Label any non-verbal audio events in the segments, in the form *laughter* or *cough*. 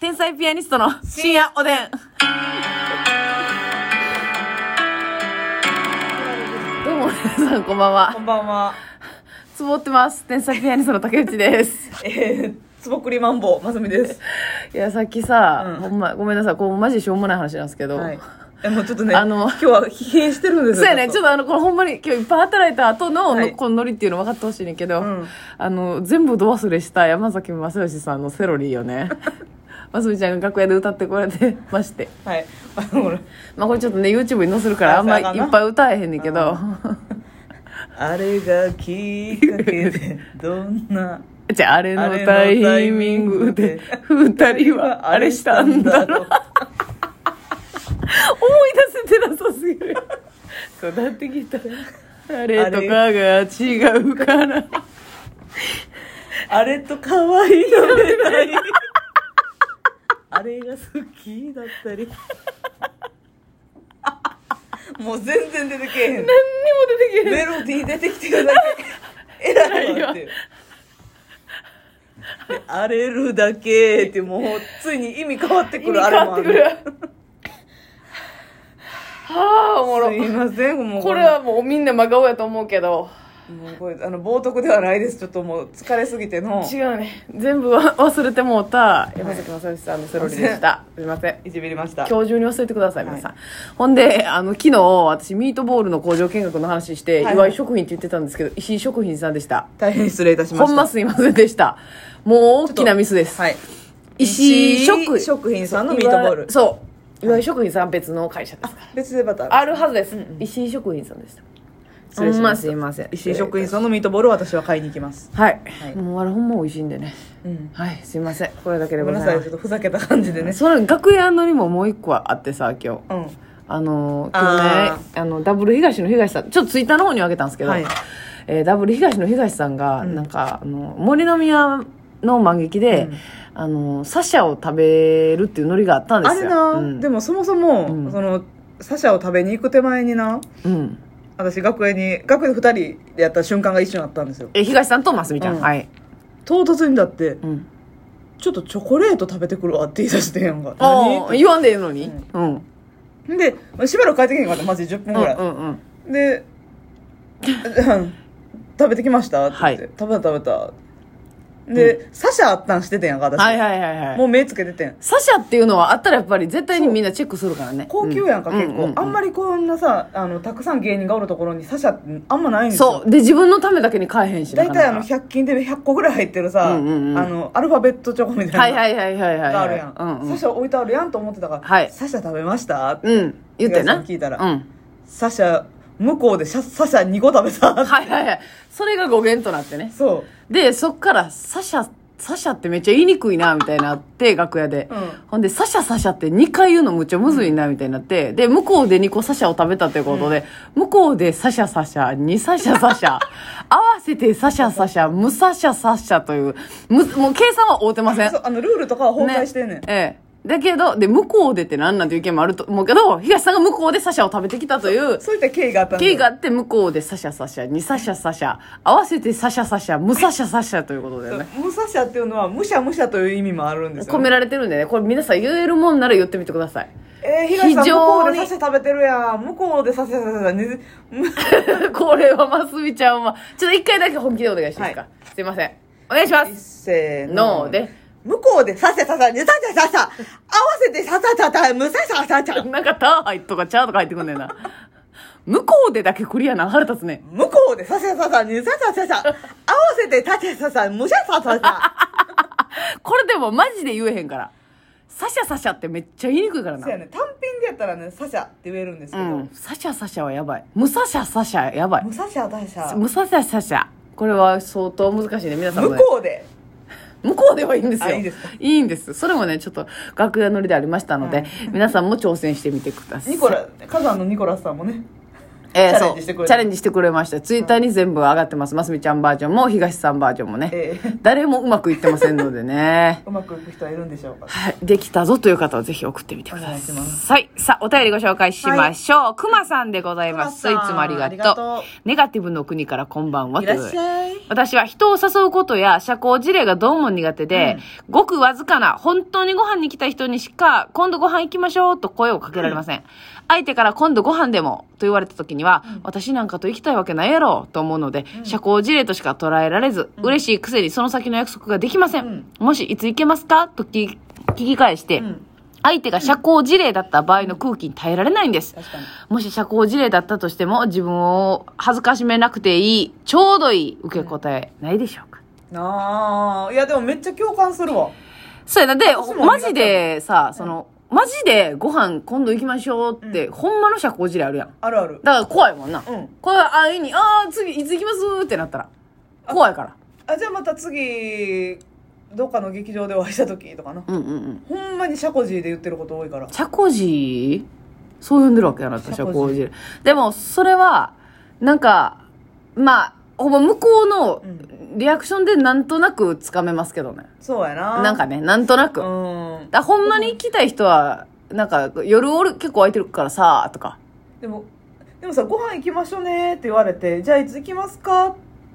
天才ピアニストの深夜おでん。どうも皆さんこんばんはこ。んばんは。つぼってます。天才ピアニストの竹内です。えー、つぼくりマンボウ、まさみです。 *laughs* いや、さっきさ、うほんんま、ごめんなさい。こう、マジしょうもない話なんですけど。はい。え、もうちょっとね、あの今日は疲弊してるんですそうよ。やね。ちょっとあの、このほんまに今日いっぱい働いた後の、はいこのノリっていうの分かってほしいねんけど、うんあの、全部ど忘れした山崎正義さんのセロリよね。 *laughs* ますみちゃんが楽屋で歌ってこれてまして。と。はい。あの、ほらまあこれちょっとね、YouTube に載せるからあんまいあそうやなっぱい歌えへんねんけど。あれがきっかけで、どんな、じゃあ、あれのタイミングで、二人はあれしたんだろう。う。思い出せてなさすぎる。そう、なってきた。あれとかが違うから。あれと可愛いの出たり、あれが好きだっ *laughs* たり。もう全然出てけえへん。何にも出てけへん。メロディー出てきてくだけえらいわっていう。で荒れるだけってもうついに意味変わって意く味るあ変われもっあてるくる。はあ、おもろ。すいませんもうこれはもうみんな真顔やと思うけど。もうこれあの冒涜ではないですちょっともう疲れすぎての違うね。全部わ忘れてもうた、山崎正義さんのセロリでした。すいません。いじめりました今日中に忘れてください、皆さん。ほんで、あの、昨日、私、ミートボールの工場見学の話して、いはい岩井食品って言ってたんですけど、石井食品さんでした。大変失礼いたしましたほんますいませんでした。もう大きなミスです。はい石井食石井食品さんのミートボールそう。岩井食品さん別の会社ですから。別でまたあるはずです。石井食品さんでした。失礼しましたほんますいません。石井食品さんのミートボールを私は買いに行きますはい。はいもうあれほんま美味しいんでね。うんはい、すいません。これだけでごごめんざないさまいちょすっ。とふざけた感じでねその楽屋のにももう一個あってさ、今日。うんあのー今あ日ねあのダブル東の東さんちょっとツイッターの方にあげたんですけど、はいえーダブル東の東さんが、うんなんかあの森の宮の満劇で、うんあのサシャを食べるっていうノリがあったんであすれよな、うん、でもそもそも、うんそのサシャを食べに行く手前になうん私学園に学園で2人でやった瞬間が一緒にあったんですよえ東さんとますみちゃん、うんはい、唐突にだってうん、 「ちょっとチョコレート食べてくるわ」って言い出してんやんかああ何言わんでいいのにうんうんでしばらく帰ってけへんかったマジ10分うんぐらい、うんで食べてきましたって言って、はい食べた食べたで、サシャあったんしててんやんか私、はいはいはいはいもう目つけててんサシャっていうのはあったらやっぱり絶対にみんなチェックするからね高級やんか、う結構、ううあんまりこんなさあのたくさん芸人がおるところにサシャってあんまないんですよそうで自分のためだけに買えへんしな大かな体かあの100均で100個ぐらい入ってるさ、うんうんうんあのアルファベットチョコみたはいいはないはいはいはいのがあるやん、うんうんサシャ置いてあるやんと思ってたから「はいサシャ食べましたってうん。言ってな。東さん聞いたらうん。サシャ向こうでシャサシャ2個食べた、はいはいはい。それが語源となってね。そうで、そっから、サシャ、サシャってめっちゃ言いにくいな、みたいになって、楽屋で。うんほんで、サシャサシャって2回言うのむっちゃむずいな、みたいになって。で、向こうで2個サシャを食べたということで、向こうでサシャサシャ、2サシャサシ *laughs* ャ、合わせてサシャサシャ、無サシャサシャという、む、もう計算は合うてませんそ。うあのルールとかは崩壊してんねんええ。だけど、で、向こうでってなんなんていう意見もあると思うけど、東さんが向こうでサシャを食べてきたという、そういった経緯があったんだよ K があって向こうでサシャサシャにサシャサシャ合わせてサシャサシャムサシャサシャということだよね武蔵者っていうのはむしゃむしゃという意味もあるんです込よ、めね、られてるんでねこれ皆さん言えるもんなら言ってみてください *laughs* えー、東さん非向こ常うにでサシャ食べてるやん向こうでサシャサシャねむこれはますみちゃんはちょっと一回だけ本気でお願いしますか、はすいませんお願いしますせーのので向こうでサシャサシャねサシャサシャ合わせてサシャサシャむさサシャサシャなんかターハイとかチャーとか入ってくんねんな *laughs* 向こうでだけクリアな腹立つね向こうでサシャサシャねサシャサシャ合わせてサシャサシャむしゃサシャサこれでもマジで言えへんからサシャサシャってめっちゃ言いにくいからシャな *laughs* そうやね単品でやったらねサシャって言えるんですけうど、ん、サシャサシャはやばいムサシャサシャやばいむさシャサシャムサシャサシャこれは相当難しいね皆さんも向ねこうで向こうではいいんですよ。あいいですかいいんです。それもね、ちょっと楽屋乗りでありましたので、は皆さんも挑戦してみてください。ニコラ火山のニコラスさんもねえー、チャレそンう。ジチしてくれたャレンジしてくれました。ツイッターに全部上がってます。ますみちゃんバージョンも、東さんバージョンもね。ええ。誰もうまくいってませんのでねうまくいく人はいるんでしょうかはい。できたぞという方はぜひ送ってみてください。お願いしますはい。さあ、お便りご紹介しましょう。くまさんでございます。いつくまさんもありがありがととう。ネガティブの国からこんばんは。いらっしい。ゃい私は人を誘うことや社交事例がどうも苦手で、ごくわずかな、本当にご飯に来た人にしか、今度ご飯行きましょうと声をかけられません。相手から今度ご飯でもと言われた時には、私なんかと行きたいわけないやろと思うので、社交事例としか捉えられず、嬉しいくせにその先の約束ができません。もしいつ行けますかと聞き聞き返して、ん相手が社交事例だった場合の空気に耐えられないんです。確かにもし社交事例だったとしても、自分を恥ずかしめなくていい、ちょうどいい受け答えないでしょうか。ああいやでもめっちゃ共感するわそうやな。で私、もマジでさ、その、マジでご飯今度行きましょうって、ほんまの社交事例あるやん。あるあるだから怖いもんな。うんこれ、ああいうに、ああ、次いつ行きますってなったら。怖いから。あじゃあまた次どっかの劇場でお会いした時とかな、うんうんうん。ほんまにシャコジーで言ってること多いから社交辞そう呼んでるわけやな私社社交辞交辞でもそれはなんかまあほぼ向こうのリアクションでなんとなくつかめますけどね、そうやななんかねなんとなく、だうかんらほんまに行きたい人はなんか夜俺結構空いてるからさとかでもでもさご飯行きましょうねって言われてじゃあいつ行きますかっ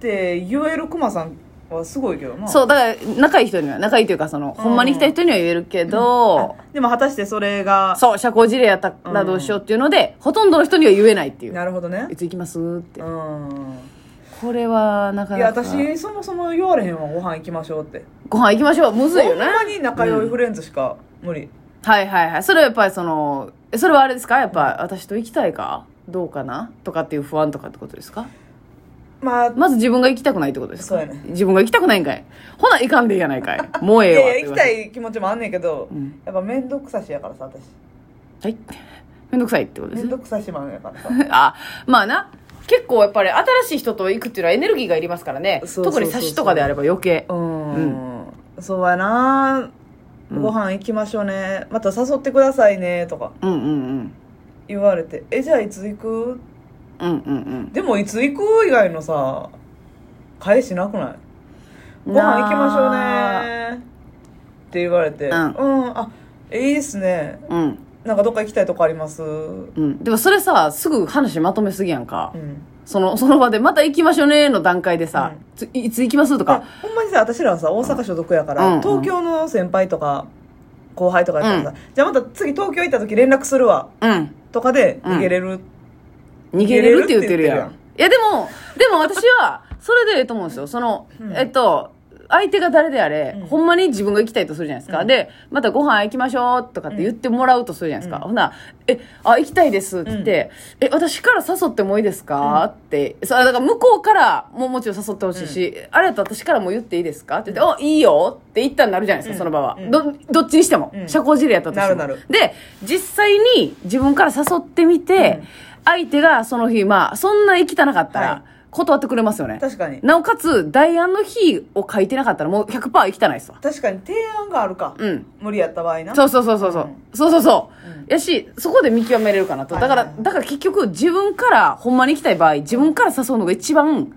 て言えるクマさんはすごいけどなそうだから仲いい人には仲いいというかその、ほんまに行きたい人には言えるけど、でも果たしてそれがそう社交辞令やったらどうしようっていうので、ほとんどの人には言えないっていうなるほどねいつ行きますって、うんこれはなかいなやか私そもそも言われへんわご飯行きましょうってご飯行きましょうむずいほよんねまに仲良いフレンズしか無理、はいはいはい。それはやっぱりその、えそれはあれですかやっぱ私と行きたいかどうかなとかっていう不安とかってことですかまあまず自分が行きたくないってことですかそうやね自分が行きたくないんかい。ほな、行かんでいいやないかい。もうえいえわ。やいや行きたい。い気持ちもあんねんけど、んやっぱ面倒くさしやからさ私はい。めんどくさいってことですね。面 *laughs* 倒くさしマンやからさあ、まあな。結構やっぱり新しい人と行くっていうのはエネルギーがいりますからね。そうそうそうそう特に差しとかであれば余計。うん、そうやなご飯行きましょうねまた誘ってくださいねとかうんうんうん。言われて「えじゃあいつ行く?うんうんうん」。でも「いつ行く?」以外のさ返しなくない「ご飯行きましょうね」って言われて「ううんん、あえいいですねうん。なんかどっか行きたいとこあります?」うん。でもそれさ、すぐ話まとめすぎやんか。うんその、その場で、また行きましょうねの段階でさ、ついいつ行きますとあか、ほんまにさ私らはさ大阪所属やから、うんうん東京の先輩とか後輩とかやったらさ、じゃあまた次東京行った時連絡するわうん。とかで逃げれる、逃げれるって言ってるやん。逃げれるっいてや、でも、でも私は、それでええと思うんですよ。その、うんえっと、相手が誰であれ、うんほんまに自分が行きたいとするじゃないですか。うんで、またご飯行きましょうとかって言ってもらうとするじゃないですか。ほな、え、あ、行きたいですって言って、え、私から誘ってもいいですか、って、そう、だから向こうからももちろん誘ってほしいし、あれだと私からも言っていいですかって言って、あ、いいよって言ったらなるじゃないですか、うそのん場は。うんど、どっちにしても。うん社交辞令やったとしても。なるなるで、実際に自分から誘ってみて、うん相手がその日、まあ、そんな行きたなかったはいら、断ってくれますよね。確かになおかつ、代案の日を書いてなかったら、もう100%行きたないですわ。確かに提案があるか、うん。無理やった場合なそうそうそうそうそう。うんそうそうそう。うんやし、そこで見極めれるかなと。だかはいらは、いだから結局、自分から、ほんまに行きたい場合、自分から誘うのが一番、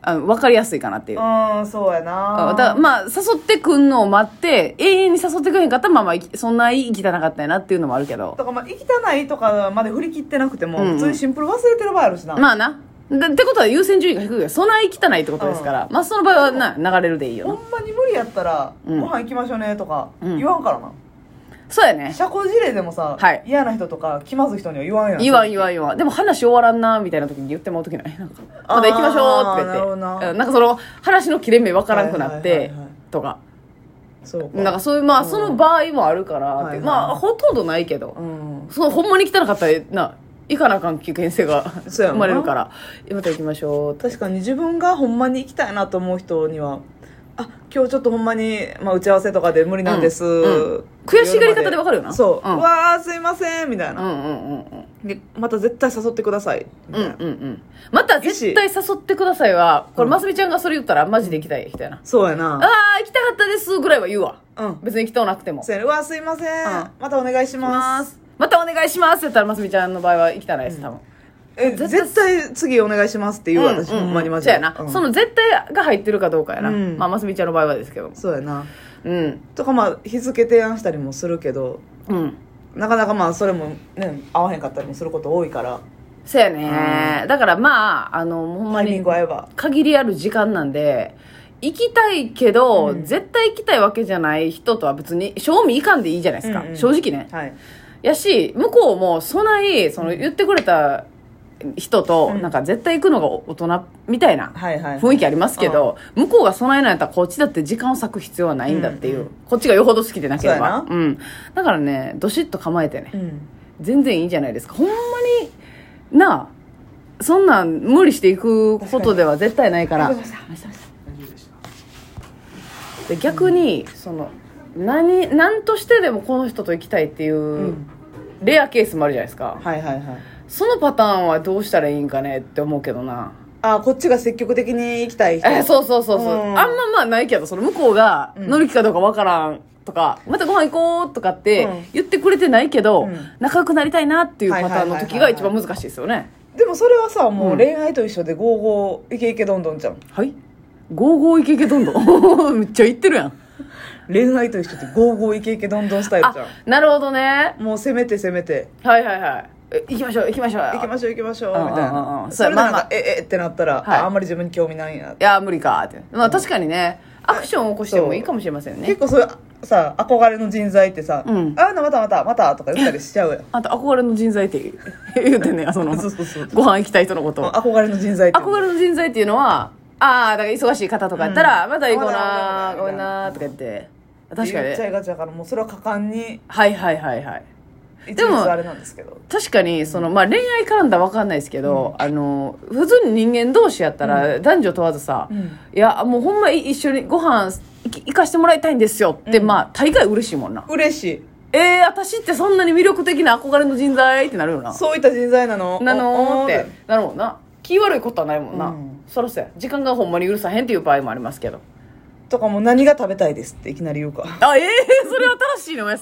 あの、わかりやすいかなっていう。うんそうやなだからまあ、誘ってくんのを待って、永遠に誘ってくれへんかったら、まあまあ、行きそんな行きたなかったんやなっていうのもあるけど。とかまあ行きたないとかまで振り切ってなくても、うんうん普通にシンプル忘れてる場合あるしな、まあな。でってことは優先順位が低いから、備え汚いってことですから、まあその場合はな、流れるでいいよほな。んまに無理やったら、うんご飯行きましょうねとかうん言わんからな、そうやね。社交辞令でもさ、はい嫌な人とか気まずい人には言わんやん言わん言わん言わん。でも話終わらんな、みたいな時に言ってもらう時ないなんか、まだ行きましょうって言ってあーなるほどなうん。なんかその、話の切れ目わからんくなっはいはいてはいはい、とか。そうかなんかそういう、まあうんその場合もあるからって、はいはいまあほとんどないけど、うんそのほんまに汚かったら、な、行かなあかん危険性がそう生やなまれるから、また行きましょうって。確かに自分がほんまに行きたいなと思う人にはあ今日ちょっとほんまに、まあ、打ち合わせとかで無理なんです、うんうん悔しがり方でわかるよなそう、ううんわあすいませんみたいうんな、うんうんうん。でまた絶対誘ってくださいみうたいんな、うんうん。また絶対誘ってくださいは、これ、ますみちゃんがそれ言ったらマジで行きたい人やな。そうやあなあー、行きたかったですぐらいは言うわ。うん別に行きたくなくても。そうやねうわすいません、んまたお願いしますまたお願いしますって言ったら、ますみちゃんの場合は行きたないです、多分。え絶対絶対次お願いしますって言う私、ほんまにマジそうでやな、うんその絶対が入ってるかどうかやな、うんまあますみちゃんの場合はですけどそうやなうんとかまあ日付提案したりもするけどうんなかなかまあそれもね合わへんかったりもすること多いからそうやね、だからまああのほんタまイミンにグ合えば限りある時間なんで行きたいけど、うん絶対行きたいわけじゃない人とは別に賞味いかんでいいじゃないですか、うんうん正直ねはいやし向こうもそないその言ってくれた人と、うんなんか絶対行くのが大人みたいなはいはい雰囲気ありますけど、向こうが備えないんやったらこっちだって時間を割く必要はないんだっていう、うんうんこっちがよほど好きでなければそううん、だからねどしっと構えてね、うん全然いいじゃないですかほんまになあそんなん無理していくことでは絶対ないからで逆にその何何としてでもこの人と行きたいっていう、んレアケースもあるじゃないですかはいはいはいそのパターンはどうしたらいいんかねって思うけどなあこっちが積極的に行きたい人えそうそうそうそう、うんあんままあないけどその向こうがうん乗る気かどうかわからんとか、またご飯行こうとかってうん言ってくれてないけど、うん仲良くなりたいなっていうパターンの時がはいはいはいはい一番難しいですよねでもそれはさもううん恋愛と一緒でゴーゴーイケイケどんどんじゃんはいゴーゴーイケイケどんどん *laughs* めっちゃ言ってるやん恋愛と一緒ってゴーゴーイケイケどんどんスタイルあじゃなるほどねんもう攻めて攻めてはいはいはいえ行きましょう行きましょう行きましょう行きましょううんうんうんみたいうんうなんそれでなまんあまあかええってなったらはいああんまり自分に興味ないなっていや無理かってまあ確かにねアクションを起こしてもいいかもしれませんね結構そういうさ憧れの人材ってさ「うんあなまたまたまた」とか言ったりしちゃうやんあんた憧れの人材って言うてんねや *laughs* そのそうそうそうご飯行きたい人のこと憧れの人材って憧れの人材っていうのはああだから忙しい方とかやったら、うんまた行こうなまだまだまだごめんなとか言って確かに言っちゃねいがちだからもうそれは果敢にはいはいはいはい一でも律あれなんですけど確かにその、まあ、恋愛絡んだら分かんないですけど、あの普通に人間同士やったら、男女問わずさ、うんいやもうほんま一緒にご飯行き行かしてもらいたいんですよって、うんまあ大概嬉しいもんな嬉しいえー、私ってそんなに魅力的な憧れの人材ってなるよなそういった人材なのなのーおってなるもんな気悪いことはないもんな、うんそらそうや時間がほんまに許さへんっていう場合もありますけどとかもう何が食べたいですっていきなり言うかあええそれ新しいのや